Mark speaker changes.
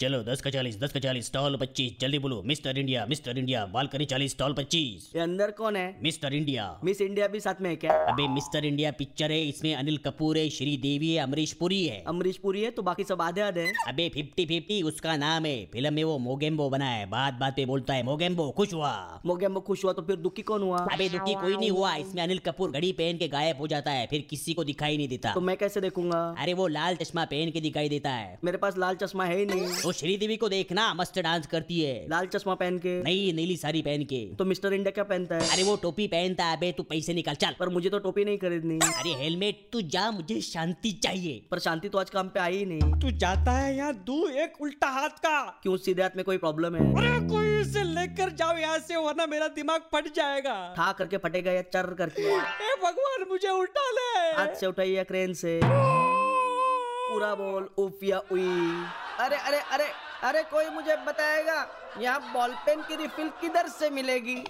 Speaker 1: चलो दस का चालीस दस का चालीस स्टॉल पच्चीस जल्दी बोलो mister India mister India balcony चालीस स्टॉल पच्चीस
Speaker 2: ये अंदर कौन है
Speaker 1: मिस्टर इंडिया
Speaker 2: मिस इंडिया भी साथ में है क्या
Speaker 1: अबे मिस्टर इंडिया पिक्चर है इसमें अनिल कपूर है श्रीदेवी है अमरीश पुरी है
Speaker 2: अमरीश पुरी है तो बाकी सब आधे आधे हैं
Speaker 1: अबे फिफ्टी फिफ्टी उसका नाम है फिल्म में वो मोगेम्बो बना है बात बात पे बोलता है मोगेम्बो खुश हुआ
Speaker 2: मोगे अम्बो खुश हुआ तो फिर दुखी कौन हुआ
Speaker 1: अबे दुखी कोई नहीं हुआ इसमें अनिल कपूर घड़ी पहन के गायब हो जाता है फिर किसी को दिखाई नहीं देता
Speaker 2: तो मैं कैसे देखूंगा
Speaker 1: अरे वो लाल चश्मा पहन के दिखाई देता है
Speaker 2: मेरे पास लाल चश्मा है ही नहीं
Speaker 1: तो श्रीदेवी को देखना मस्त डांस करती है
Speaker 2: लाल चश्मा पहन के
Speaker 1: नई नीली साड़ी पहन के
Speaker 2: तो मिस्टर इंडिया क्या पहनता है
Speaker 1: अरे वो टोपी पहनता है अबे तू पैसे निकाल चल
Speaker 2: पर मुझे तो टोपी नहीं खरीदनी
Speaker 1: अरे हेलमेट तू जा मुझे शांति चाहिए
Speaker 2: पर शांति तो आज काम पे आई ही नहीं
Speaker 3: तू जाता है यहाँ दू एक उल्टा हाथ का
Speaker 2: क्यों सीधे हाथ में कोई प्रॉब्लम है
Speaker 3: अरे कोई इसे लेकर जाओ यहाँ से वरना मेरा दिमाग फट जाएगा
Speaker 2: ठा करके फटेगा या चर करके
Speaker 3: ए भगवान मुझे उठा ले
Speaker 2: हाथ से उठाइए या क्रेन से पूरा बॉल उफ या उई अरे अरे अरे अरे कोई मुझे बताएगा यहाँ बॉल पेन की रिफिल किधर से मिलेगी